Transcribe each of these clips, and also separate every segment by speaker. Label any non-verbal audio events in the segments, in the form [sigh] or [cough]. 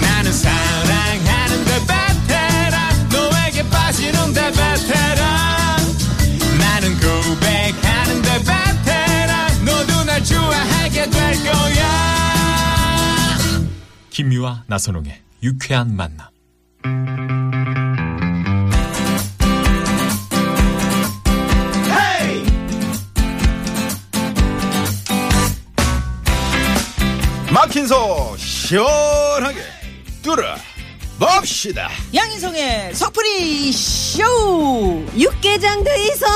Speaker 1: 나는 사랑하는데 베테랑 너에게 빠지는데 베테랑 나는 고백하는데 베테랑 너도 날 좋아하게 될 거야
Speaker 2: 김미화 나선홍의 유쾌한 만남.
Speaker 3: 막힌 소 시원하게 뚫어 봅시다.
Speaker 4: 양인성의 석프리 쇼 육개장 돼 있어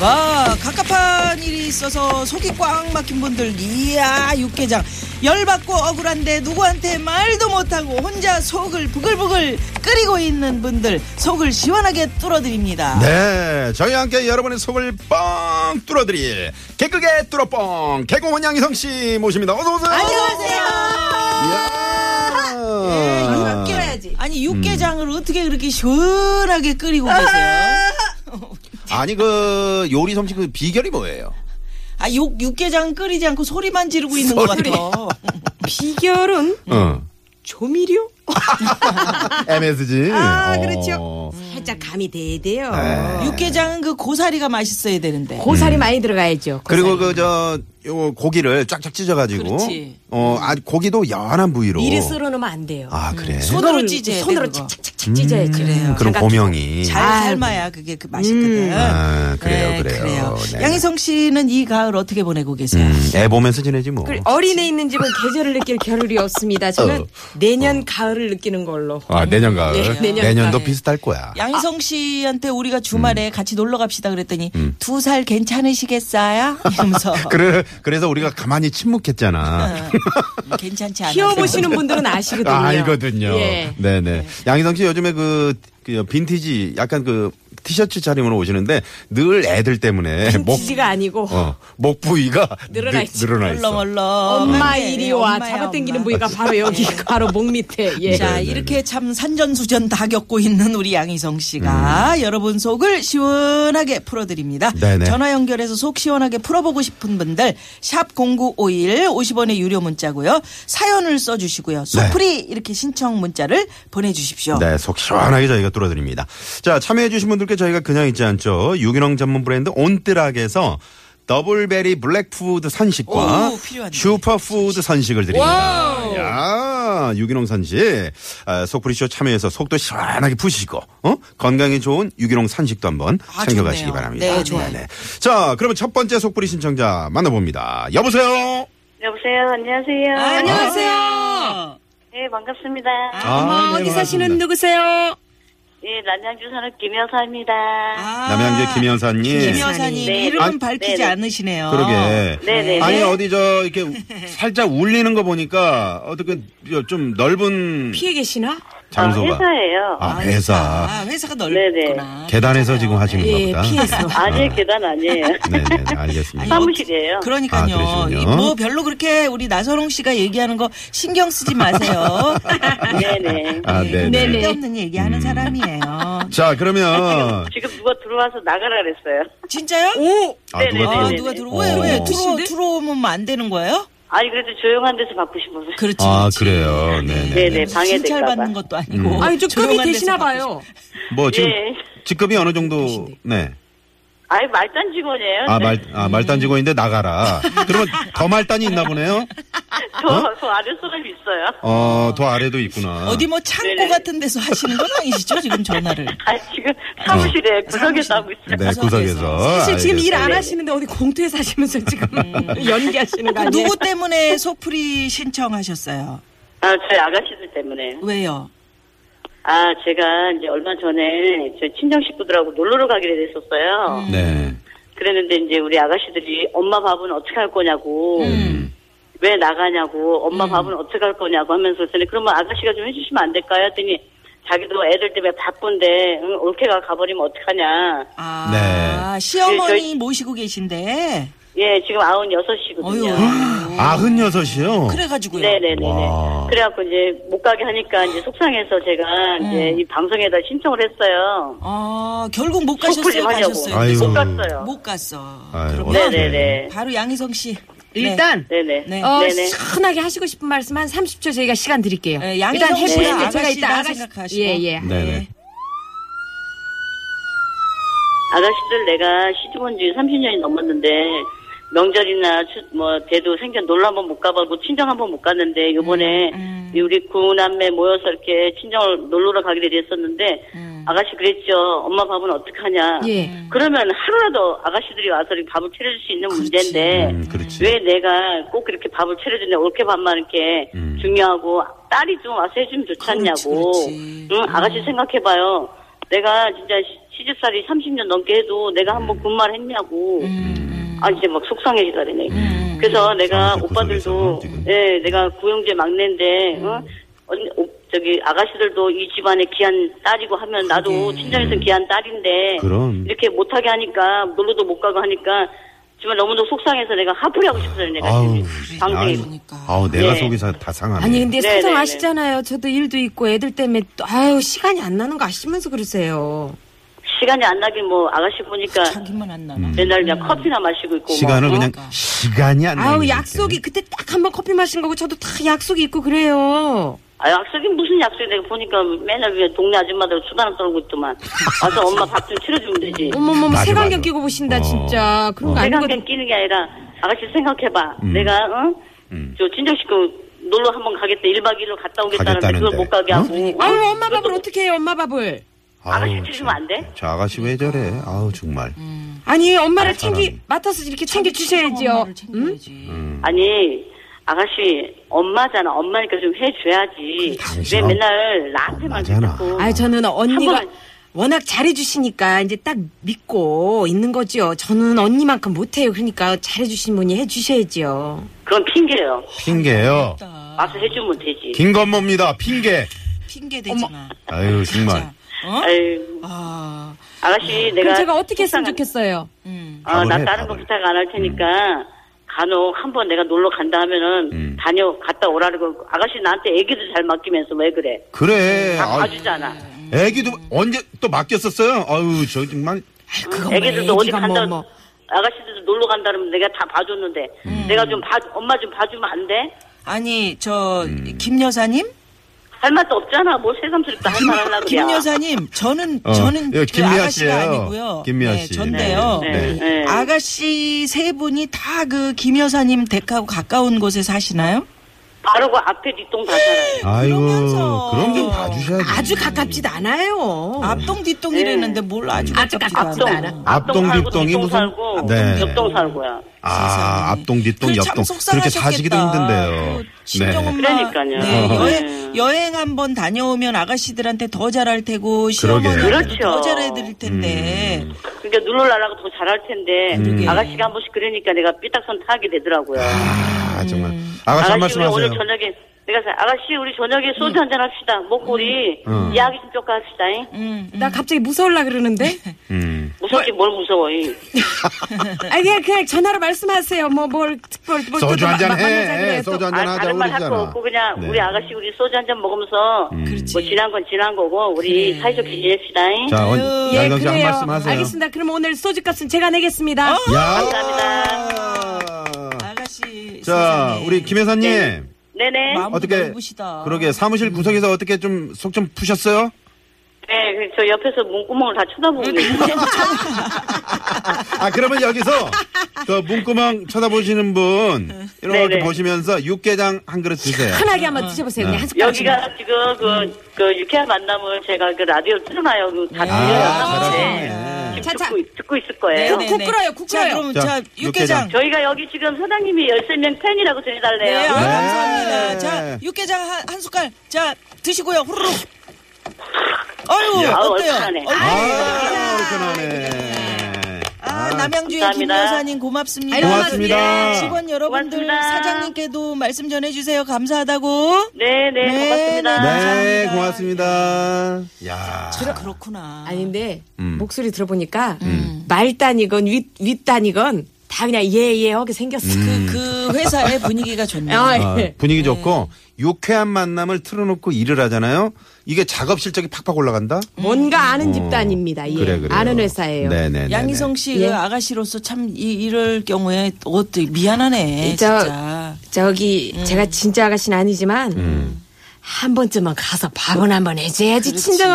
Speaker 4: 와 갑갑한 일이 있어서 속이 꽉 막힌 분들 이야 육개장 열받고 억울한데 누구한테 말도 못하고 혼자 속을 부글부글 끓이고 있는 분들 속을 시원하게 뚫어드립니다
Speaker 3: 네, 저희와 함께 여러분의 속을 뻥 뚫어드릴 개그계 뚫어뻥 개그원 양희성 씨 모십니다. 어서 오세요.
Speaker 4: 안녕하세요
Speaker 3: 예. 이야.
Speaker 4: 아니
Speaker 3: 음.
Speaker 4: 육개장을 어떻게 그렇게 시원하게 끓이고
Speaker 3: 아.
Speaker 4: 계세요
Speaker 3: 아니 그 요리 솜씨 그 비결이 뭐예요?
Speaker 4: 아, 육, 육개장 끓이지 않고 소리만 지르고 있는 것
Speaker 3: 소리.
Speaker 4: 같아.
Speaker 5: 비결은
Speaker 3: 응.
Speaker 5: 조미료?
Speaker 3: MSG.
Speaker 5: 아,
Speaker 3: 어.
Speaker 5: 그렇죠. 살짝 감이 돼야 돼요.
Speaker 3: 네.
Speaker 4: 육개장은 그 고사리가 맛있어야 되는데.
Speaker 5: 고사리 많이 들어가야죠. 고사리.
Speaker 3: 그리고 그저 요 고기를 쫙쫙 찢어가지고
Speaker 4: 그렇지.
Speaker 3: 어, 아 고기도 연한 부위로.
Speaker 5: 미리 썰어 놓으면 안 돼요.
Speaker 3: 아 그래.
Speaker 4: 네. 손- 손으로
Speaker 5: 그걸
Speaker 4: 찢어야 돼,
Speaker 5: 손으로
Speaker 4: 그거.
Speaker 5: 착착착착 찢어야지.
Speaker 4: 그래요.
Speaker 3: 그런
Speaker 5: 잠깐
Speaker 3: 고명이.
Speaker 4: 잘
Speaker 5: 아이고.
Speaker 4: 삶아야 그게 그 맛있거든.
Speaker 3: 아, 그래요, 그래요. 네.
Speaker 4: 양희성 씨는 이 가을 어떻게 보내고 계세요?
Speaker 3: 음, 애 보면서 지내지 뭐.
Speaker 5: 그 어린애 있는 집은 계절을 느낄 겨를이 없습니다. 저는
Speaker 3: 어.
Speaker 5: 내년 가을을 느끼는 걸로.
Speaker 3: 아, 내년 가을.
Speaker 5: 예, 내년
Speaker 3: 내년도
Speaker 5: 가을.
Speaker 3: 비슷할 거야.
Speaker 4: 양희성 씨한테 우리가 주말에 같이 놀러 갑시다 그랬더니 두 살 괜찮으시겠어요? 이러면서
Speaker 3: 그래, 그래서 우리가 가만히 침묵했잖아.
Speaker 4: 음, 괜찮지 않아요.
Speaker 5: 키워보시는 분들은 아시거든요.
Speaker 3: 알거든요.
Speaker 5: 예.
Speaker 3: 네네. 양희성 씨 요즘에 그, 그 빈티지 약간 그 티셔츠 차림으로 오시는데 늘 애들 때문에
Speaker 5: 빈티지가 아니고
Speaker 3: 어, 목 부위가
Speaker 5: 늘어나
Speaker 3: 늘-
Speaker 5: 있지.
Speaker 3: 늘어나 있어.
Speaker 4: 얼렁얼렁. 네,
Speaker 5: 엄마 이리 와
Speaker 4: 엄마야,
Speaker 5: 잡아당기는
Speaker 4: 엄마. 네.
Speaker 5: 부위가 바로 여기 바로 목 밑에.
Speaker 3: 네.
Speaker 5: 예.
Speaker 4: 자, 이렇게 참 산전수전 다 겪고 있는 우리 양희성 씨가 여러분 속을 시원하게 풀어드립니다.
Speaker 3: 음. 네네.
Speaker 4: 전화 연결해서 속 시원하게 풀어보고 싶은 분들 샵 0951 50원의 유료 문자고요. 사연을 써주시고요. 속풀이 이렇게 신청 문자를 보내주십시오.
Speaker 3: 네, 속 시원하게 저희가 뚫어드립니다. 자, 참여해주신 분들께 저희가 그냥 있지 않죠. 유기농 전문 브랜드 온뜨락에서 더블베리 블랙푸드 선식과
Speaker 4: 오, 필요한데.
Speaker 3: 슈퍼푸드 선식을 드립니다. 야 유기농 선식. 아, 속풀이쇼 참여해서 속도 시원하게 푸시고, 어? 건강에 좋은 유기농 선식도 한번
Speaker 4: 아,
Speaker 3: 챙겨가시기
Speaker 4: 좋네요.
Speaker 3: 바랍니다.
Speaker 4: 네, 좋아요.
Speaker 3: 네. 자, 그러면 첫 번째 속풀이 신청자 만나봅니다. 여보세요?
Speaker 6: 여보세요. 아, 안녕하세요.
Speaker 3: 아,
Speaker 5: 안녕하세요.
Speaker 6: 네, 반갑습니다.
Speaker 5: 엄마
Speaker 3: 네,
Speaker 5: 어디
Speaker 3: 반갑습니다.
Speaker 5: 사시는 누구세요?
Speaker 6: 예, 남양주 산업 김여사입니다.
Speaker 4: 아,
Speaker 3: 남양주 김 여사님.
Speaker 4: 김 여사님
Speaker 6: 네.
Speaker 4: 이름은
Speaker 6: 아,
Speaker 4: 밝히지
Speaker 6: 네네.
Speaker 4: 않으시네요.
Speaker 3: 그러게.
Speaker 6: 네네.
Speaker 3: 아니 어디 저 이렇게 살짝 울리는 거 보니까 어떻게 좀 넓은
Speaker 5: 피해 계시나?
Speaker 3: 장소가.
Speaker 6: 아, 회사예요.
Speaker 3: 아, 회사.
Speaker 4: 아, 회사가
Speaker 6: 네네.
Speaker 4: 넓구나.
Speaker 3: 계단에서
Speaker 4: 아,
Speaker 3: 지금 하시는
Speaker 5: 예,
Speaker 3: 거보다.
Speaker 4: [laughs]
Speaker 5: 피해서.
Speaker 6: 아, 직 계단 아니에요.
Speaker 3: [laughs] 네네 알겠습니다.
Speaker 6: [laughs] 사무실이에요.
Speaker 4: 뭐, 그러니까요.
Speaker 3: 아, 그러시군요.
Speaker 4: 이 뭐 별로 그렇게 우리 나선홍 씨가 얘기하는 거 신경 쓰지 마세요.
Speaker 6: 네네.
Speaker 3: 아
Speaker 5: 네네.
Speaker 3: 네네.
Speaker 4: 쓸데없는 얘기하는 사람이에요.
Speaker 3: 자 그러면
Speaker 6: 지금 누가 들어와서 나가라 그랬어요.
Speaker 4: 진짜요?
Speaker 3: 아 누가
Speaker 4: 아,
Speaker 3: 들어?
Speaker 4: 누가 들어?
Speaker 3: 어.
Speaker 4: 왜, 왜? 들어,
Speaker 5: 투신데?
Speaker 4: 들어오면 안 되는 거예요?
Speaker 6: 아니, 그래도 조용한 데서 받고 싶어서.
Speaker 4: 그렇지.
Speaker 3: 아
Speaker 4: 그렇지.
Speaker 3: 그래요. 네네. 음.
Speaker 6: 네네, 방해될까 봐.
Speaker 4: 찰받는 것도 아니고.
Speaker 5: 아니 좀 급이
Speaker 4: 조용한 데서
Speaker 5: 되시나
Speaker 4: 받고
Speaker 5: 봐요.
Speaker 3: 뭐 지금
Speaker 6: 예.
Speaker 3: 직급이 어느 정도? 네.
Speaker 6: 아니, 말단 직원이에요.
Speaker 3: 아 말 아 말단 직원인데 나가라. 그러면 더 말단이 있나 보네요.
Speaker 6: 저,
Speaker 3: 어?
Speaker 6: 저 아래 사람이 있어요.
Speaker 3: 어더 아래도 있구나.
Speaker 4: 싶- 어디 뭐 창고
Speaker 6: 네네.
Speaker 4: 같은 데서 하시는 건 아니시죠? 지금 전화를.
Speaker 6: 아, 지금 사무실에 구석에서 하고 있어요.
Speaker 3: 어, 네 구석에서.
Speaker 5: 사실 지금 일 안
Speaker 3: 알겠어요.
Speaker 5: 하시는데 어디 공터에 사시면서 지금 [laughs] 연기하시는 거 아니에요?
Speaker 6: 네.
Speaker 4: 음. 그 누구 때문에 소풀이 신청하셨어요?
Speaker 6: 아, 저희 아가씨들 때문에.
Speaker 4: 왜요?
Speaker 6: 아, 제가 이제 얼마 전에 저희 친정 식구들하고 놀러를 가기로 됐었어요.
Speaker 3: 네.
Speaker 6: 그랬는데 이제 우리 아가씨들이 엄마 밥은 어떻게 할 거냐고
Speaker 4: 음.
Speaker 6: 왜 나가냐고 엄마 밥은 어떻게 할 거냐고 하면서 그랬더니 그러면 아가씨가 좀 해주시면 안 될까요? 했더니 자기도 애들 때문에 바쁜데 응, 올케가 가버리면 어떡하냐.
Speaker 4: 아,
Speaker 6: 네,
Speaker 4: 시어머니
Speaker 6: 저희-
Speaker 4: 모시고 계신데.
Speaker 6: 예, 지금 아흔 여섯 이거든요
Speaker 4: 어휴.
Speaker 3: 음. 아흔 여섯이요.
Speaker 4: 그래가지고요.
Speaker 6: 네네네네.
Speaker 3: 와.
Speaker 6: 그래갖고 이제 못 가게 하니까 이제 속상해서 제가
Speaker 4: 음.
Speaker 6: 이제 이 방송에다 신청을 했어요.
Speaker 4: 아, 결국 못
Speaker 6: 속풀
Speaker 4: 가셨어요,
Speaker 6: 좀 하려고.
Speaker 4: 가셨어요.
Speaker 3: 아유.
Speaker 6: 못 갔어요.
Speaker 4: 못 갔어.
Speaker 3: 아유,
Speaker 4: 그러면
Speaker 3: 어떡해.
Speaker 6: 네네네.
Speaker 4: 바로 양희성 씨.
Speaker 5: 일단
Speaker 6: 네네.
Speaker 4: 네.
Speaker 5: 어,
Speaker 6: 네네.
Speaker 5: 시원하게 하시고 싶은 말씀 한 30초 저희가 시간 드릴게요.
Speaker 4: 네, 양희성
Speaker 5: 일단
Speaker 4: 씨는
Speaker 5: 해보시는데 제가
Speaker 4: 아가씨라
Speaker 5: 이따 아가씨
Speaker 4: 생각하시고.
Speaker 5: 예, 예.
Speaker 3: 네네.
Speaker 6: 아가씨들 내가 시집온 지 30년이 넘었는데 명절이나 추- 뭐 대도 생전 놀러 한번 못 가보고 친정 한번 못 갔는데 요번에 우리 구남매 모여서 이렇게 친정을 놀러 가기로 됐었는데 아가씨 그랬죠 엄마 밥은 어떡하냐
Speaker 5: 예.
Speaker 6: 그러면 하루라도 아가씨들이 와서 이렇게 밥을 차려줄 수 있는 문제인데
Speaker 3: 음, 그렇지.
Speaker 6: 왜 내가 꼭 그렇게 밥을 차려주냐 올케 밥만 이렇게
Speaker 3: 음.
Speaker 6: 중요하고 딸이 좀 와서 해주면 좋지 않냐고
Speaker 4: 그렇지, 어. 그렇지.
Speaker 6: 응 아가씨 생각해봐요 내가 진짜 시- 시집살이 30년 넘게 해도 내가 한번
Speaker 4: 음.
Speaker 6: 군말 했냐고 아 이제 막 속상해지더래네
Speaker 4: 음.
Speaker 6: 그래서 내가
Speaker 3: 아, 그
Speaker 6: 오빠들도
Speaker 3: 속에서 지금.
Speaker 6: 예 내가 구형제 막내인데
Speaker 4: 음.
Speaker 6: 응? 언니, 오- 저기 아가씨들도 이 집안에 귀한 딸이고 하면 나도 친정에서 귀한 딸인데
Speaker 3: 그럼.
Speaker 6: 이렇게 못하게 하니까 놀러도 못 가고 하니까 정말 너무너무 속상해서 내가 하프리 하고 싶어요 내가
Speaker 3: 아우,
Speaker 6: 지금
Speaker 4: 그러니까.
Speaker 6: 방송에
Speaker 3: 아유, 아우
Speaker 6: 예.
Speaker 3: 내가 속이 다- 다 상하네.
Speaker 5: 아니 근데
Speaker 6: 네네네.
Speaker 5: 사정하시잖아요. 저도 일도 있고 애들 때문에 또, 아유 시간이 안 나는 거 아시면서 그러세요.
Speaker 6: 시간이 안 나긴 뭐 아가씨 보니까
Speaker 4: 자기만 안 나나.
Speaker 3: 음.
Speaker 6: 맨날 그냥 커피나 마시고 있고
Speaker 3: 시간을
Speaker 6: 뭐, 어?
Speaker 3: 그냥 시간이 안 나.
Speaker 5: 아우 약속이 그때 딱 한 번 커피 마신 거고 저도 다 약속이 있고 그래요.
Speaker 6: 아 약속이 무슨 약속이 내가 보니까 맨날 그냥 동네 아줌마들 수다나 떨고 있더만 와서 엄마 밥 좀 치러주면 되지
Speaker 5: 어머머
Speaker 3: 맞아,
Speaker 5: 색안경
Speaker 3: 맞아.
Speaker 5: 끼고 보신다
Speaker 3: 어.
Speaker 5: 진짜 그런 거 아닌
Speaker 6: 내가
Speaker 5: 거
Speaker 6: 그냥 끼는 게 아니라 아가씨 생각해봐
Speaker 3: 음.
Speaker 6: 내가 어? 저 친정식 그 놀러 한번 가겠다 1박 2일로 갔다 오겠다는데
Speaker 3: 가겠다는데.
Speaker 6: 그걸 못 가게
Speaker 3: 어?
Speaker 6: 하고
Speaker 5: 아유 엄마 밥을
Speaker 6: 그것도
Speaker 5: 어떻게 해요 엄마 밥을
Speaker 6: 아가씨 치르면 안 돼?
Speaker 3: 저 아가씨 왜 저래? 아우 정말.
Speaker 4: 음.
Speaker 5: 아니 엄마를 챙기
Speaker 3: 사람.
Speaker 5: 맡아서 이렇게 챙겨 주셔야지요. 응?
Speaker 3: 음.
Speaker 4: 음.
Speaker 6: 아니 아가씨 엄마잖아 엄마니까 좀 해줘야지
Speaker 3: 당신
Speaker 6: 왜
Speaker 3: 엄-
Speaker 6: 맨날 나한테만
Speaker 3: 엄마잖아.
Speaker 6: 자꾸
Speaker 5: 아 저는 언니가
Speaker 6: 번만.
Speaker 5: 워낙 잘해주시니까 이제 딱 믿고 있는 거지요. 저는 언니만큼 못해요. 그러니까 잘해주신 분이 해주셔야지요.
Speaker 6: 그건 핑계예요
Speaker 3: 핑계요.
Speaker 6: 와서 해주면 되지
Speaker 3: 김건모입니다. 핑계.
Speaker 4: 아, 핑계 대잖아.
Speaker 3: 아유 정말.
Speaker 4: 자, 어?
Speaker 6: 아유,
Speaker 4: 아,
Speaker 6: 아가씨 내가
Speaker 5: 그럼 제가 어떻게 했으면
Speaker 6: 속상한-
Speaker 5: 좋겠어요.
Speaker 4: 음.
Speaker 6: 어, 나
Speaker 3: 밥을 해,
Speaker 6: 다른 거
Speaker 3: 밥을.
Speaker 6: 부탁 안 할 테니까 간혹 한번 내가 놀러 간다 하면은
Speaker 3: 음.
Speaker 6: 다녀 갔다 오라 그러고 아가씨 나한테 애기도 잘 맡기면서 왜 그래
Speaker 3: 그래.
Speaker 6: 다
Speaker 3: 아,
Speaker 6: 봐주잖아
Speaker 3: 애기도 언제 또 맡겼었어요? 아유 저 정말.
Speaker 5: 그건 뭐
Speaker 6: 애기들도 어디
Speaker 5: 애기가
Speaker 6: 간다
Speaker 5: 뭐, 뭐.
Speaker 6: 아가씨들도 놀러 간다 그러면 내가 다 봐줬는데 내가 좀 봐 엄마 좀 봐주면 안 돼?
Speaker 4: 아니 저
Speaker 3: 음.
Speaker 4: 김 여사님,
Speaker 6: 할 말도 없잖아 뭐 새삼스럽다 할 말 하려고 그래
Speaker 4: 김 여사님, 저는
Speaker 3: 어,
Speaker 4: 저는
Speaker 3: 예,
Speaker 4: 그
Speaker 3: 김미아
Speaker 4: 아가씨가
Speaker 3: 씨예요.
Speaker 4: 아니고요.
Speaker 3: 김미아
Speaker 4: 네,
Speaker 3: 씨.
Speaker 4: 전데요.
Speaker 6: 네, 네, 네.
Speaker 4: 아가씨 세 분이 다 그 김 여사님 댁하고 가까운 곳에 사시나요?
Speaker 6: 바로 그 앞에 뒷동 다 살아요
Speaker 3: 아이고
Speaker 4: 그러면서.
Speaker 3: 그럼 좀 봐주셔야지.
Speaker 5: 아주 가깝지도 않아요.
Speaker 6: 어.
Speaker 4: 앞동 뒷동 이랬는데
Speaker 6: 네.
Speaker 4: 뭘 아주
Speaker 5: 아주
Speaker 4: 가깝지도
Speaker 5: 가깝지도
Speaker 4: 않아.
Speaker 5: 않아.
Speaker 3: 앞동,
Speaker 6: 살고
Speaker 3: 뒷동이
Speaker 6: 뒷동
Speaker 3: 무슨-
Speaker 6: 살고
Speaker 3: 네.
Speaker 6: 옆동 살고요
Speaker 3: 아,
Speaker 4: 세상에.
Speaker 3: 앞동 뒤동
Speaker 4: 그래, 참
Speaker 3: 옆동 그렇게
Speaker 4: 속상하셨겠다.
Speaker 3: 사시기도 힘든데요. 네.
Speaker 4: 그 친정 엄마.
Speaker 6: 그러니까요.
Speaker 4: 네,
Speaker 6: 어허.
Speaker 4: 여행, 여행 한번 다녀오면 아가씨들한테 더 잘할 테고 시어머니한테
Speaker 6: 그러게요.
Speaker 4: 더
Speaker 6: 그렇죠.
Speaker 4: 잘해 드릴 텐데.
Speaker 3: 음,
Speaker 6: 그러니까 눌러라라고 더 잘할 텐데 아가씨가 한 번씩 그러니까 내가 삐딱선 타게 되더라고요.
Speaker 3: 아 정말
Speaker 4: 음.
Speaker 3: 아가씨 한 말씀
Speaker 6: 우리 오늘
Speaker 3: 하세요.
Speaker 6: 저녁에 내가 사- 아가씨 우리 저녁에 소주 한잔 합시다. 먹고 우리
Speaker 3: 음.
Speaker 6: 이야기 좀 쪼까 합시다. 잉? 음.
Speaker 5: 나 갑자기 무서울라
Speaker 6: [laughs]
Speaker 5: 그러는데.
Speaker 3: 음.
Speaker 6: 무섭지 뭘 무서워. 잉?
Speaker 5: 아 그냥 그냥 전화로 말씀하세요. 뭐 뭘 특별 뭘
Speaker 3: 소주
Speaker 5: 또
Speaker 3: 한잔
Speaker 5: 마- 만나자
Speaker 3: 해. 예,
Speaker 5: 그래요. 또.
Speaker 3: 소주 한잔
Speaker 6: 아,
Speaker 3: 하자
Speaker 6: 다른 말 할 거
Speaker 3: 그러잖아.
Speaker 6: 없고 그냥
Speaker 3: 네. 음.
Speaker 6: 우리 아가씨 우리 소주 한잔 먹으면서 뭐 지난 건 지난 거고 우리
Speaker 4: 네.
Speaker 6: 사이좋게 지냅시다. 잉?
Speaker 3: 자, 언-
Speaker 5: 예
Speaker 3: 양경 씨한
Speaker 5: 그래요.
Speaker 3: 말씀 하세요. 어?
Speaker 5: 알겠습니다. 그럼 오늘 소주값은 제가 내겠습니다.
Speaker 3: 야.
Speaker 6: 감사합니다.
Speaker 4: 아가씨.
Speaker 3: 자,
Speaker 4: 세상에.
Speaker 3: 우리 김 회사님
Speaker 6: 네네.
Speaker 4: 마음
Speaker 3: 어떻게
Speaker 4: 넓으시다.
Speaker 3: 그러게 사무실 구석에서 어떻게 좀 속 좀 푸셨어요?
Speaker 6: 네, 그저 옆에서 문구멍을 다 쳐다보고
Speaker 4: 음. [laughs]
Speaker 6: 있는데
Speaker 3: 아 그러면 여기서 그 문구멍 쳐다보시는 분 이렇게
Speaker 6: 네네.
Speaker 3: 보시면서 육개장 한 그릇 드세요.
Speaker 5: 편하게 한번 드셔보세요.
Speaker 3: 네.
Speaker 5: 그냥 한 숟가락씩.
Speaker 6: 어. 여기가 지금 그, 그 유쾌한 만남을 제가 그 라디오 틀어놔요.
Speaker 4: 네.
Speaker 6: 그다
Speaker 3: 아,
Speaker 6: 들려놨는데
Speaker 3: 잘하시네.
Speaker 6: 지금
Speaker 5: 자, 자.
Speaker 6: 듣고, 듣고 있을 거예요.
Speaker 4: 네네.
Speaker 5: 국 끓어요, 국
Speaker 4: 자,
Speaker 5: 끓어요.
Speaker 4: 그럼
Speaker 3: 자,
Speaker 4: 자, 육개장.
Speaker 3: 육개장.
Speaker 6: 저희가 여기 지금 사장님이 13명 팬이라고 전해달래요.
Speaker 4: 네, 아,
Speaker 3: 네.
Speaker 4: 감사합니다. 자, 육개장 한, 한 숟갈. 자, 드시고요. 후루룩. 아유,
Speaker 6: 아우,
Speaker 4: 어때요?
Speaker 6: 얼큰하네.
Speaker 4: 얼큰해요.
Speaker 3: 아, 그러네.
Speaker 4: 네. 아, 남양주의 김
Speaker 7: 감사합니다.
Speaker 4: 여사님 고맙습니다.
Speaker 5: 아이고, 고맙습니다.
Speaker 4: 고맙습니다. 직원 여러분들
Speaker 7: 고맙습니다.
Speaker 4: 사장님께도 말씀 전해주세요. 감사하다고.
Speaker 7: 네, 네,
Speaker 4: 네,
Speaker 7: 고맙습니다.
Speaker 4: 네,
Speaker 3: 네,
Speaker 4: 감사합니다.
Speaker 3: 고맙습니다. 야.
Speaker 4: 그래 그렇구나.
Speaker 5: 아닌데
Speaker 3: 음.
Speaker 5: 목소리 들어보니까 말단이건 윗 윗단이건 다 그냥 예예 하게 생겼어.
Speaker 4: 그, 그 회사의 분위기가 좋네요.
Speaker 5: 아,
Speaker 3: 음.
Speaker 4: [laughs]
Speaker 3: 아,
Speaker 5: 예.
Speaker 3: 분위기 좋고
Speaker 4: 네.
Speaker 3: 유쾌한 만남을 틀어놓고 일을 하잖아요. 이게 작업 실적이 팍팍 올라간다. 음.
Speaker 5: 뭔가 아는 집단입니다. 예.
Speaker 3: 그래 그래.
Speaker 5: 아는 회사예요.
Speaker 3: 네네.
Speaker 4: 양희성 씨
Speaker 5: 예.
Speaker 4: 그 아가씨로서 참 이, 이럴 경우에 어때 미안하네
Speaker 5: 저-
Speaker 4: 진짜.
Speaker 5: 저기
Speaker 4: 음.
Speaker 5: 제가 진짜 아가씨는 아니지만
Speaker 3: 음.
Speaker 5: 한 번쯤은 가서 밥은 한 번 해줘야지 친정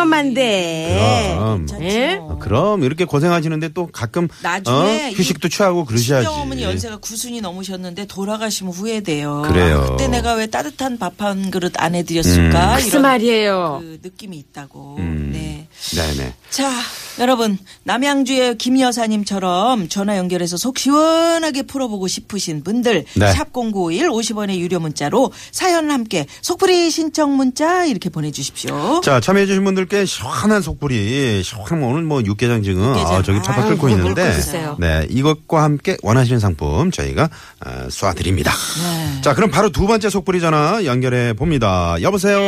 Speaker 5: 엄마인데.
Speaker 3: 그럼
Speaker 5: 예?
Speaker 4: 뭐.
Speaker 3: 어, 그럼 이렇게 고생하시는데 또 가끔
Speaker 4: 나중에
Speaker 3: 어? 휴식도 취하고 그러셔야지.
Speaker 4: 친정 어머니 연세가 9순이 넘으셨는데 돌아가시면 후회돼요.
Speaker 3: 그래요.
Speaker 4: 아, 그때 내가 왜 따뜻한 밥 한 그릇 안 해드렸을까?
Speaker 5: 무슨
Speaker 4: 이런
Speaker 5: 말이에요.
Speaker 4: 그 느낌이 있다고.
Speaker 3: 음.
Speaker 4: 네.
Speaker 3: 네네.
Speaker 4: 자, 여러분 남양주의 김 여사님처럼 전화 연결해서 속 시원하게 풀어보고 싶으신 분들
Speaker 3: 네.
Speaker 4: 샵 #0951 50원의 유료 문자로 사연 함께 속풀이 신청 문자 이렇게 보내주십시오.
Speaker 3: 자 참여해주신 분들께 시원한 속풀이 시원한 거 오늘 뭐 육개장증은
Speaker 4: 육개장.
Speaker 3: 아, 저기 팍팍
Speaker 4: 아유,
Speaker 3: 끓고
Speaker 4: 끓고
Speaker 3: 있는데
Speaker 5: 있어요.
Speaker 3: 네 이것과 함께 원하시는 상품 저희가 어, 쏴드립니다.
Speaker 4: 네.
Speaker 3: 자 그럼 바로 두 번째 속풀이 전화 연결해 봅니다. 여보세요.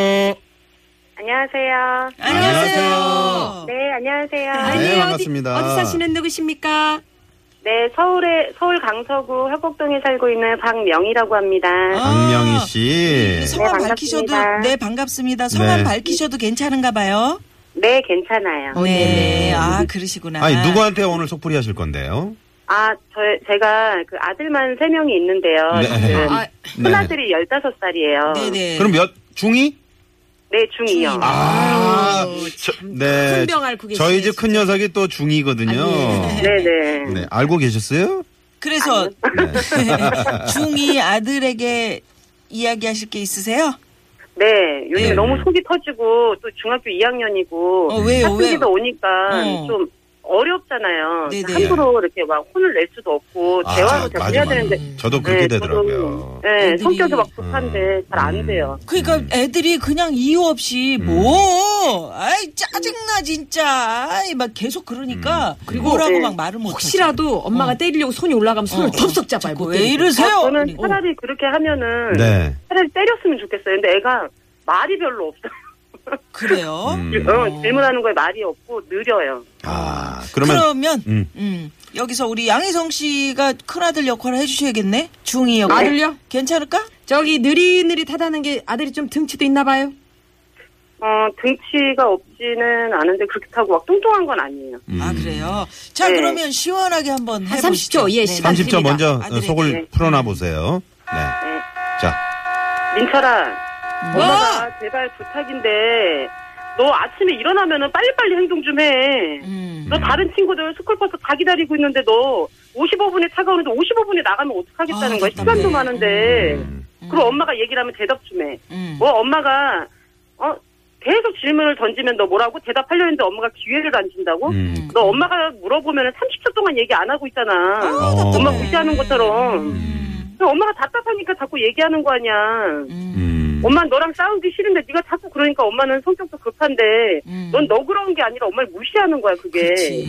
Speaker 6: 안녕하세요.
Speaker 4: 안녕하세요.
Speaker 6: 네, 안녕하세요.
Speaker 5: 아니에요.
Speaker 3: 반갑습니다.
Speaker 5: 어디, 어디 사시는 누구십니까?
Speaker 6: 네, 서울에 서울 강서구 협곡동에 살고 있는 박명희라고 합니다.
Speaker 3: 어? 박명희 씨.
Speaker 4: 성함
Speaker 6: 네,
Speaker 4: 밝히셔도
Speaker 6: 반갑습니다.
Speaker 4: 네 반갑습니다. 성함
Speaker 3: 네.
Speaker 4: 밝히셔도 괜찮은가 봐요.
Speaker 6: 네, 괜찮아요.
Speaker 4: 네. 아 그러시구나.
Speaker 3: 아니 누구한테 오늘 속풀이 하실 건데요?
Speaker 6: 아, 저 제가 그 아들만 세 명이 있는데요.
Speaker 3: 네. [laughs]
Speaker 6: 지금
Speaker 5: 아,
Speaker 6: 큰아들이 15살이에요.
Speaker 4: 네네.
Speaker 3: 그럼 몇 중이?
Speaker 6: 네, 중이요.
Speaker 3: 아, 저- 네.
Speaker 5: 큰 병 앓고 계시네,
Speaker 3: 저희 집 큰 녀석이 또 중이거든요.
Speaker 6: 네, 네.
Speaker 3: 네, 알고 계셨어요?
Speaker 4: 그래서 [laughs] 중이 아들에게 이야기하실 게 있으세요?
Speaker 6: 네, 요즘 너무 속이 터지고 또 중학교 2학년이고
Speaker 4: 어, 왜요? 왜요?
Speaker 6: 학생기도 오니까
Speaker 4: 어.
Speaker 6: 좀 어렵잖아요.
Speaker 4: 네네.
Speaker 6: 함부로 이렇게 막 혼을 낼 수도 없고 대화로 잘
Speaker 3: 맞아,
Speaker 6: 해야
Speaker 3: 맞아.
Speaker 6: 되는데
Speaker 3: 저도 그렇게
Speaker 6: 네,
Speaker 3: 되더라고요. 음.
Speaker 6: 저도, 네,
Speaker 4: 애들이-
Speaker 6: 성격이 막 급한데 잘 안 돼요.
Speaker 4: 그러니까 애들이 그냥 이유 없이 뭐 아이 짜증나 진짜 아이 막 계속 그러니까
Speaker 5: 그리고
Speaker 4: 뭐라고
Speaker 6: 네.
Speaker 4: 막 말을 못
Speaker 5: 혹시라도 엄마가 때리려고 손이 올라가면 손을 덥석 잡아요. 못
Speaker 4: 어. 왜
Speaker 5: 때리게.
Speaker 4: 이러세요?
Speaker 6: 아, 저는
Speaker 4: 아니, 어.
Speaker 6: 차라리 그렇게 하면은
Speaker 3: 네.
Speaker 6: 차라리 때렸으면 좋겠어요. 근데 애가 말이 별로 없어요.
Speaker 4: 그래요?
Speaker 3: 음.
Speaker 6: 어, [laughs] 질문하는 거에 말이 없고 느려요.
Speaker 3: 아,
Speaker 4: 그러면,
Speaker 3: 그러면
Speaker 4: 음.
Speaker 3: 음.
Speaker 4: 여기서 우리 양희성 씨가 큰아들 역할을 해주셔야겠네? 중이 역할.
Speaker 5: 아들요?
Speaker 4: 괜찮을까?
Speaker 5: 저기 느릿느릿하다는 게 아들이 좀 등치도 있나 봐요.
Speaker 6: 어, 등치가 없지는 않은데 그렇다고 막 뚱뚱한 건 아니에요.
Speaker 3: 음,
Speaker 4: 아 그래요. 자
Speaker 6: 네.
Speaker 4: 그러면 시원하게 한번
Speaker 5: 한
Speaker 4: 해보시죠.
Speaker 5: 30초, 예,
Speaker 4: 네.
Speaker 5: 시간
Speaker 3: 30초 먼저
Speaker 4: 아들에게.
Speaker 3: 속을 풀어놔 보세요. 네. 자,
Speaker 6: 민철아,
Speaker 3: 어.
Speaker 6: 엄마가 제발 부탁인데 너 아침에 일어나면은 빨리빨리 행동 좀 해.
Speaker 4: 음.
Speaker 6: 너 다른 친구들 스쿨버스 다 기다리고 있는데 너 55분에 차가 오는데 55분에 나가면 어떡하겠다는
Speaker 4: 아, 답답해.
Speaker 6: 거야. 시간도 많은데.
Speaker 3: 음.
Speaker 6: 그럼 엄마가 얘기를 하면 대답 좀 해.
Speaker 4: 음.
Speaker 6: 뭐 엄마가 어 계속 질문을 던지면 너 뭐라고 대답하려 했는데 엄마가 기회를 안 준다고?
Speaker 3: 음.
Speaker 6: 너 엄마가 물어보면 30초 동안 얘기 안 하고 있잖아.
Speaker 3: 어.
Speaker 6: 엄마
Speaker 4: 답답해.
Speaker 6: 무시하는 것처럼.
Speaker 3: 음.
Speaker 6: 그럼 엄마가 답답하니까 자꾸 얘기하는 거 아니야.
Speaker 3: 음.
Speaker 6: 엄마 너랑 싸우기 싫은데 네가 자꾸 그러니까 엄마는 성격도 급한데 넌 너그러운 게 아니라 엄마를 무시하는 거야 그게.
Speaker 4: 음. 그렇지.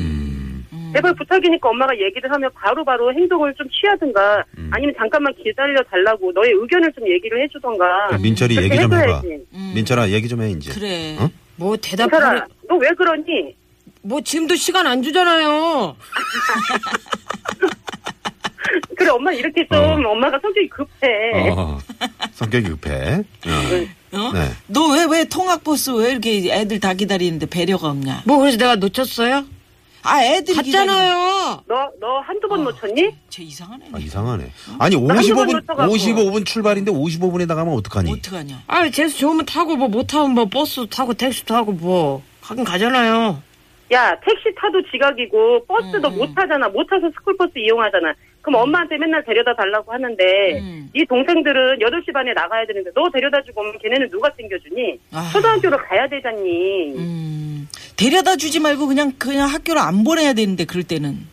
Speaker 3: 음.
Speaker 6: 제발 부탁이니까 엄마가 얘기를 하면 바로바로 행동을 좀 취하든가
Speaker 3: 음.
Speaker 6: 아니면 잠깐만 기다려 달라고 너의 의견을 좀 얘기를 해주던가
Speaker 3: 아, 민철이
Speaker 6: 그렇게
Speaker 3: 얘기 좀 해봐.
Speaker 6: 해줘야지.
Speaker 3: 민철아, 얘기 좀 해 이제.
Speaker 4: 그래.
Speaker 3: 어?
Speaker 5: 뭐
Speaker 6: 민철아
Speaker 5: 대답을
Speaker 6: 너 왜 그러니?
Speaker 5: 뭐 지금도 시간 안 주잖아요.
Speaker 6: 그래 엄마 이렇게 좀 엄마가 성격이 급해
Speaker 3: 어. 성격이 급해. 어.
Speaker 4: 어?
Speaker 3: 네.
Speaker 4: 너 왜 왜 통학 버스 왜 이렇게 애들 다 기다리는데 배려가 없냐?
Speaker 5: 뭐 그래서 내가 놓쳤어요?
Speaker 4: 아 애들
Speaker 5: 갔잖아요.
Speaker 6: 너 너 한두
Speaker 4: 어.
Speaker 6: 번 놓쳤니?
Speaker 4: 쟤 이상하네.
Speaker 3: 아, 이상하네. 아니,
Speaker 6: 번
Speaker 3: 55분,
Speaker 6: 놓쳐갖고.
Speaker 3: 55분 출발인데 55분에 나가면 어떡하니?
Speaker 4: 어떡하냐?
Speaker 5: 아, 재수 좋으면 타고 뭐 못 타면 뭐 버스 타고 택시 타고 뭐 가긴 가잖아요.
Speaker 6: 야 택시 타도 지각이고 버스도
Speaker 4: 음.
Speaker 6: 못 타잖아 못 타서 스쿨버스 이용하잖아 그럼 엄마한테 맨날 데려다 달라고 하는데
Speaker 4: 음.
Speaker 6: 이 동생들은 8시 반에 나가야 되는데 너 데려다 주고 오면 걔네는 누가 챙겨주니?
Speaker 4: 아.
Speaker 6: 초등학교로 가야 되잖니
Speaker 4: 음. 데려다 주지 말고 그냥 그냥 학교를 안 보내야 되는데 그럴 때는.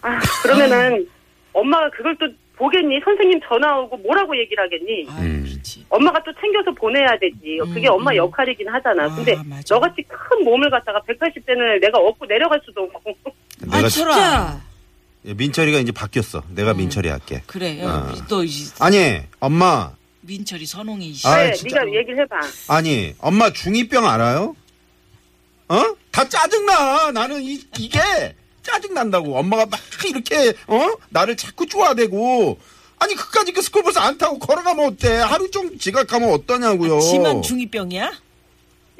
Speaker 6: 아,
Speaker 4: [laughs]
Speaker 6: 그러면은 엄마가 그걸 또 보겠니? 선생님 전화 오고 뭐라고 얘기를 하겠니?
Speaker 4: 아
Speaker 3: 음.
Speaker 4: 그렇지.
Speaker 6: 엄마가 또 챙겨서 보내야 되지. 그게 엄마 역할이긴 하잖아.
Speaker 4: 음, 아,
Speaker 6: 근데
Speaker 4: 맞아.
Speaker 6: 너같이 큰 몸을 갖다가 180대는 내가 업고 내려갈 수도 없고.
Speaker 4: 아
Speaker 3: 내가
Speaker 4: 철아.
Speaker 3: 민철이가 이제 바뀌었어. 내가 민철이 할게.
Speaker 4: 그래.
Speaker 3: 어.
Speaker 4: 또 이제
Speaker 3: 아니, 엄마.
Speaker 4: 민철이 선홍이 씨.
Speaker 6: [laughs]
Speaker 3: 아,
Speaker 6: 네,
Speaker 3: 진짜.
Speaker 6: 네가 얘기를 해봐.
Speaker 3: 아니, 엄마 중이병 알아요? 어? 다 짜증나. 나는 이, 이게 짜증난다고. 엄마가 막 이렇게, 어? 나를 자꾸 쪼아대고. 아니, 그까지 그 스쿨버스 안 타고 걸어가면 어때? 하루 좀 지각하면 어떠냐고요.
Speaker 4: 아, 지만 중이병이야?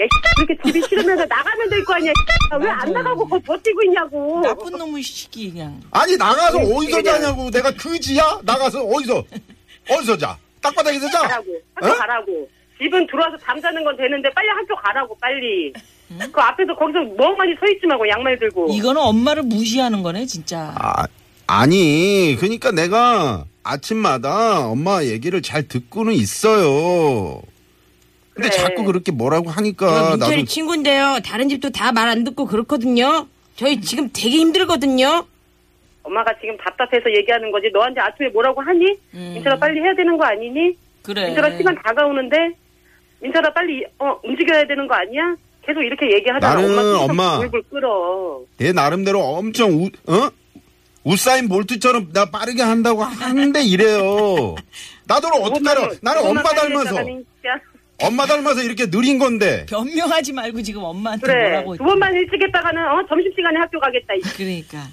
Speaker 6: 야, 그렇게 집이 싫으면서 나가면 될 거 아니야. 왜 안 나가고 거 버티고 있냐고.
Speaker 4: 나쁜 놈의 시기 그냥.
Speaker 3: 아니, 나가서
Speaker 6: 응,
Speaker 3: 어디서
Speaker 6: 그냥.
Speaker 3: 자냐고. 내가 그지야? 나가서 어디서? 어디서 자? 땅바닥에서 자?
Speaker 6: 가라고. 학교
Speaker 3: 어?
Speaker 6: 가라고. 집은 들어와서 잠자는 건 되는데 빨리 학교 가라고 빨리. 그 앞에서 거기서 멍하니 서 있지 말고 양말 들고.
Speaker 4: 이거는 엄마를 무시하는 거네 진짜.
Speaker 3: 아, 아니, 그러니까 내가 아침마다 엄마 얘기를 잘 듣고는 있어요. 근데
Speaker 6: 그래.
Speaker 3: 자꾸 그렇게 뭐라고 하니까
Speaker 5: 저 민철이
Speaker 3: 아, 나도
Speaker 5: 친구인데요. 다른 집도 다 말 안 듣고 그렇거든요. 저희 지금 되게 힘들거든요.
Speaker 6: 엄마가 지금 답답해서 얘기하는 거지. 너한테 아침에 뭐라고 하니?
Speaker 4: 음.
Speaker 6: 민철아 빨리 해야 되는 거 아니니?
Speaker 4: 그래.
Speaker 6: 민철아 시간 다가오는데 민철아 빨리 어 움직여야 되는 거 아니야? 계속 이렇게 얘기하다가
Speaker 3: 나는
Speaker 6: 엄마
Speaker 3: 엄마.
Speaker 6: 불불 끓어.
Speaker 3: 내 나름대로 엄청 우, 어? 우사인 볼트처럼 나 빠르게 한다고 하는데
Speaker 6: [laughs]
Speaker 3: 이래요. 나도 어떻게 알아? 나는 엄마 닮아서 엄마 닮아서 이렇게 느린 건데.
Speaker 4: 변명하지 말고 지금 엄마한테
Speaker 6: 그래
Speaker 4: 뭐라고.
Speaker 6: 두 번만 일찍 했다가는 어 점심시간에 학교 가겠다 이
Speaker 4: 그러니까.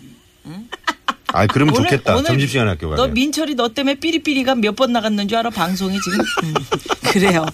Speaker 3: 아, 그러면
Speaker 4: 오늘-
Speaker 3: 좋겠다.
Speaker 4: 오늘
Speaker 3: 점심시간 학교
Speaker 4: 너
Speaker 3: 가면.
Speaker 4: 민철이 너 때문에 삐리삐리가 몇 번 나갔는 줄 알아 방송에 지금. 음, 그래요.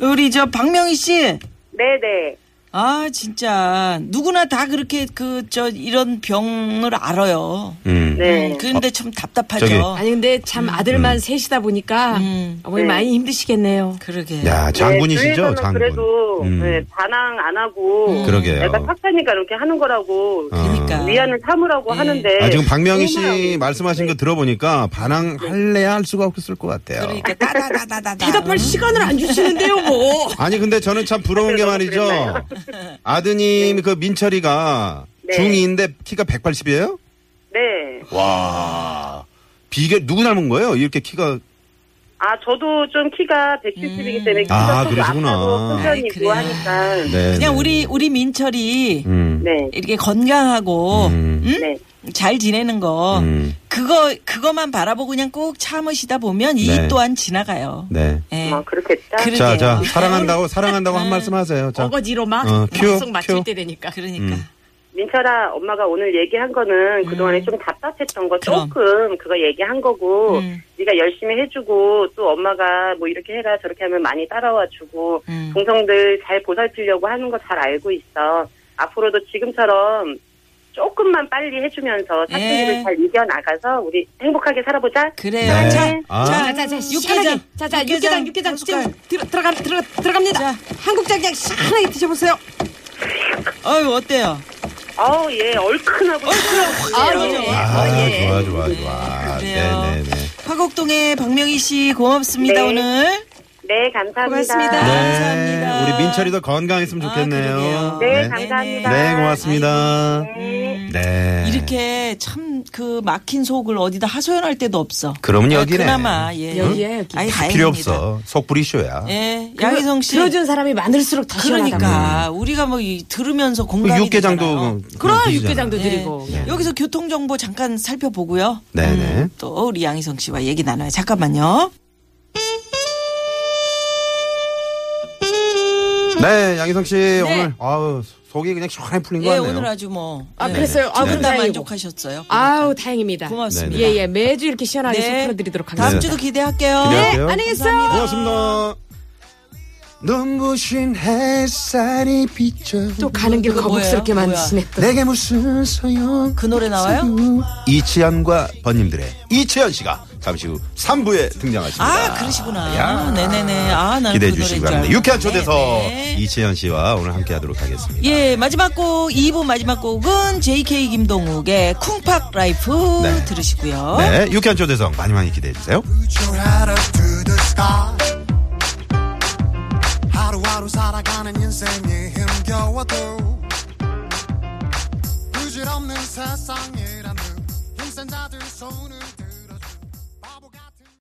Speaker 4: 우리 저 박명희 씨.
Speaker 6: 네네.
Speaker 4: 아 진짜 누구나 다 그렇게 그 저 이런 병을 알아요.
Speaker 3: 음.
Speaker 6: 네.
Speaker 4: 그런데 참 답답하죠.
Speaker 3: 저기.
Speaker 5: 아니 근데 참
Speaker 3: 음.
Speaker 5: 아들만 셋이다 보니까
Speaker 4: 음.
Speaker 5: 어머니
Speaker 6: 네.
Speaker 5: 많이 힘드시겠네요.
Speaker 4: 그러게.
Speaker 3: 야, 장군이시죠,
Speaker 6: 교회에서는
Speaker 3: 장군.
Speaker 6: 그래도
Speaker 3: 음.
Speaker 6: 네, 반항 안 하고
Speaker 3: 그러게요. 어.
Speaker 6: 약간 팍차니까 이렇게 하는 거라고
Speaker 4: 그러니까.
Speaker 6: 위안을 삼으라고
Speaker 4: 네.
Speaker 6: 하는데
Speaker 3: 아, 지금 박명희
Speaker 6: 정말
Speaker 3: 씨 말씀하신
Speaker 6: 네.
Speaker 3: 거 들어보니까 반항할래야 할 수가 없었을 것 같아요.
Speaker 4: 그러니까 따다다다다. 음.
Speaker 5: 대답할 시간을 안 주시는데요, 뭐.
Speaker 3: 아니 근데 저는 참 부러운 게 말이죠.
Speaker 6: 그랬나요?
Speaker 3: 아드님 그 민철이가
Speaker 6: 네.
Speaker 3: 중2인데 키가 180이에요?
Speaker 6: 네.
Speaker 3: 와 비계 누구 닮은 거예요? 이렇게 키가
Speaker 6: 아 저도 좀 키가 170이기 때문에
Speaker 3: 아,
Speaker 6: 키가 조금
Speaker 3: 그러시구나.
Speaker 6: 아파서 큰
Speaker 4: 아이,
Speaker 6: 편이고
Speaker 4: 그래요.
Speaker 6: 하니까
Speaker 3: 네,
Speaker 4: 그냥
Speaker 3: 네.
Speaker 4: 우리 우리 민철이
Speaker 3: 음.
Speaker 6: 네.
Speaker 4: 이렇게 건강하고
Speaker 3: 음.
Speaker 4: 응?
Speaker 6: 네.
Speaker 4: 잘 지내는 거
Speaker 3: 음.
Speaker 4: 그거 그거만 바라보고 그냥 꼭 참으시다 보면 이
Speaker 3: 네.
Speaker 4: 또한 지나가요.
Speaker 3: 네.
Speaker 4: 예.
Speaker 6: 아 그렇겠다.
Speaker 4: 그래.
Speaker 3: 자, 자,
Speaker 4: 그러게요. 아.
Speaker 3: 사랑한다고 사랑한다고 한 말씀 하세요. 자.
Speaker 5: 어거지로 막
Speaker 3: 어, 큐,
Speaker 5: 계속 맞출
Speaker 3: 큐.
Speaker 5: 때 되니까.
Speaker 4: 그러니까
Speaker 3: 음.
Speaker 6: 민철아 엄마가 오늘 얘기한 거는 그동안에 좀 답답했던 거
Speaker 4: 음. 그럼.
Speaker 6: 조금 그거 얘기한 거고
Speaker 4: 음.
Speaker 6: 네가 열심히 해주고 또 엄마가 뭐 이렇게 해라 저렇게 하면 많이 따라와주고
Speaker 4: 음.
Speaker 6: 동성들 잘 보살피려고 하는 거 잘 알고 있어 앞으로도 지금처럼 조금만 빨리 해주면서 사춘기를
Speaker 4: 예.
Speaker 6: 잘 이겨나가서 우리 행복하게 살아보자
Speaker 4: 그래요.
Speaker 3: 네.
Speaker 4: 자,
Speaker 3: 아.
Speaker 4: 자,
Speaker 5: 자, 자, 자,
Speaker 4: 육개장.
Speaker 5: 시원하게. 자, 자, 육개장, 육개장
Speaker 4: 숟갈.
Speaker 5: 찜 들어, 들어가, 들어, 들어갑니다.
Speaker 4: 자.
Speaker 5: 한국장 그냥 시원하게 드셔보세요.
Speaker 4: 어유 어때요?
Speaker 6: 어우 예 얼큰하고
Speaker 4: 아,
Speaker 6: 시원해요.
Speaker 4: 예.
Speaker 3: 아,
Speaker 5: 예.
Speaker 3: 좋아 좋아 좋아. 네,
Speaker 4: 그래요.
Speaker 3: 네, 네.
Speaker 4: 화곡동의 박명희 씨 고맙습니다
Speaker 6: 네.
Speaker 4: 오늘.
Speaker 6: 네 감사합니다
Speaker 4: 고맙습니다.
Speaker 3: 네.
Speaker 4: 감사합니다.
Speaker 3: 우리 민철이도 건강했으면
Speaker 4: 아,
Speaker 3: 좋겠네요.
Speaker 4: 그러게요.
Speaker 6: 네,
Speaker 3: 네.
Speaker 6: 감사합니다.
Speaker 3: 네, 고맙습니다.
Speaker 6: 네.
Speaker 3: 네.
Speaker 4: 이렇게 참 그 막힌 속을 어디다 하소연할 데도 없어.
Speaker 3: 그럼
Speaker 4: 아,
Speaker 3: 여기네.
Speaker 4: 그나마 예.
Speaker 5: 여기야, 여기.
Speaker 4: 아니, 다행입니다.
Speaker 3: 필요 없어. 속불이 쇼야.
Speaker 4: 예, 양희성 씨.
Speaker 5: 들어준 사람이 많을수록 더 시원하다.
Speaker 4: 그러니까 우리가 뭐 이, 들으면서 공감이 되잖아요.
Speaker 3: 그
Speaker 4: 어,
Speaker 3: 육개장도
Speaker 5: 그럼
Speaker 3: 드시잖아요.
Speaker 5: 육개장도
Speaker 4: 예.
Speaker 5: 드리고.
Speaker 4: 여기서 교통 정보 잠깐 살펴보고요. 음,
Speaker 3: 네, 네.
Speaker 4: 또 우리 양희성 씨와 얘기 나눠요. 잠깐만요.
Speaker 3: 네, 양희성 씨 오늘 아우 속이 그냥 시원하게 풀린 것
Speaker 4: 예,
Speaker 3: 같네요.
Speaker 4: 오늘 아주 뭐.
Speaker 5: 아,
Speaker 4: 예,
Speaker 5: 그랬어요. 아,
Speaker 4: 두분다
Speaker 5: 다행이고.
Speaker 4: 만족하셨어요.
Speaker 5: 아우, 다행입니다.
Speaker 4: 고맙습니다.
Speaker 3: 네, 네.
Speaker 5: 예, 예, 매주 이렇게 시원하게
Speaker 4: 네.
Speaker 5: 풀어드리도록 하겠습니다.
Speaker 4: 다음 주도 기대할게요.
Speaker 3: 기대할게요.
Speaker 5: 안녕히 계세요.
Speaker 3: 고맙습니다. 눈부신 햇살이 비춰
Speaker 5: 또 가는 길
Speaker 4: 그거 뭐예요?
Speaker 5: 거북스럽게
Speaker 4: 뭐야?
Speaker 5: 만드시네. 또.
Speaker 3: 내게 무슨 소용
Speaker 4: 그 노래 나와요?
Speaker 3: 이치현과 번님들의 이치현 씨가 잠시 후 3부에 등장하십니다.
Speaker 4: 아, 그러시구나.
Speaker 3: 야.
Speaker 4: 네네네. 아, 나는
Speaker 3: 기대해
Speaker 4: 그
Speaker 3: 주시기
Speaker 4: 노래인 줄
Speaker 3: 바랍니다.
Speaker 4: 알고.
Speaker 3: 유쾌한 초대석
Speaker 4: 네, 네.
Speaker 3: 이치현 씨와 오늘 함께 하도록 하겠습니다.
Speaker 4: 예, 마지막 곡, 2부 마지막 곡은 JK 김동욱의 쿵팍 라이프
Speaker 3: 네.
Speaker 4: 들으시고요.
Speaker 3: 네, 유쾌한 초대석 많이 많이 기대해 주세요.
Speaker 8: your head up to the sky 하루하루 살아가는 인생이 힘겨워도 부질없는 세상이란 듯 힘센 자들 손을 들